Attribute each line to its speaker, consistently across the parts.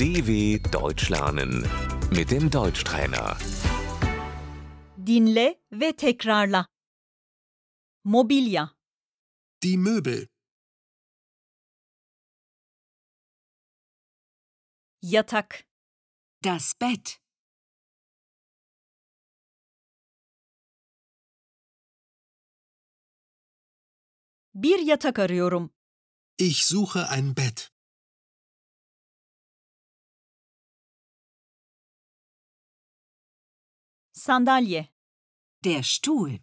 Speaker 1: DW Deutsch lernen mit dem Deutschtrainer.
Speaker 2: Dinle ve tekrarla. Mobilya,
Speaker 3: Die Möbel,
Speaker 2: yatak,
Speaker 4: Das Bett,
Speaker 2: bir yatak arıyorum.
Speaker 3: ich suche ein Bett,
Speaker 2: Sandalye,
Speaker 4: der Stuhl,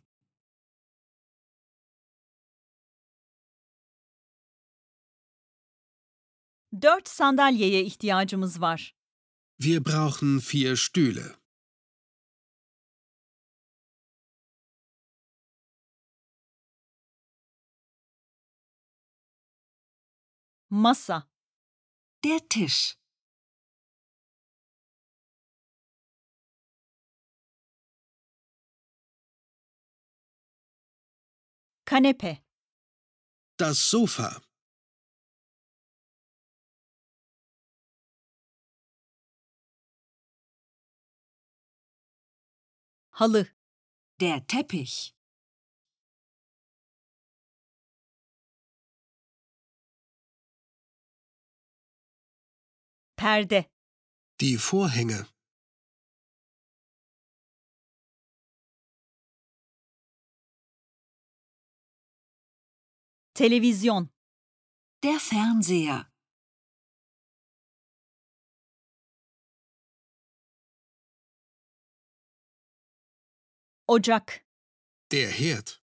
Speaker 2: dört sandalyeye ihtiyacımız var.
Speaker 3: wir brauchen vier Stühle.
Speaker 2: Masa,
Speaker 4: der Tisch,
Speaker 2: kanepe,
Speaker 3: Das Sofa,
Speaker 2: halı,
Speaker 4: der Teppich,
Speaker 2: perde,
Speaker 3: die Vorhänge,
Speaker 2: televizyon,
Speaker 4: der Fernseher,
Speaker 2: ocak,
Speaker 3: der Herd,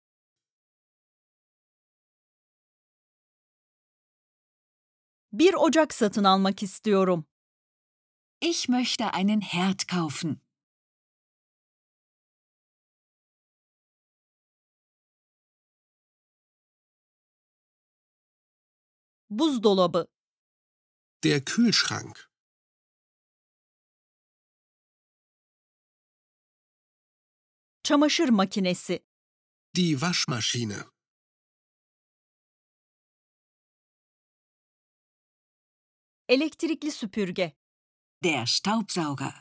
Speaker 2: bir ocak satın almak istiyorum.
Speaker 4: ich möchte einen Herd kaufen.
Speaker 2: Buzdolabı,
Speaker 3: der Kühlschrank,
Speaker 2: çamaşır makinesi,
Speaker 3: die Waschmaschine,
Speaker 2: elektrikli süpürge,
Speaker 4: Der Staubsauger.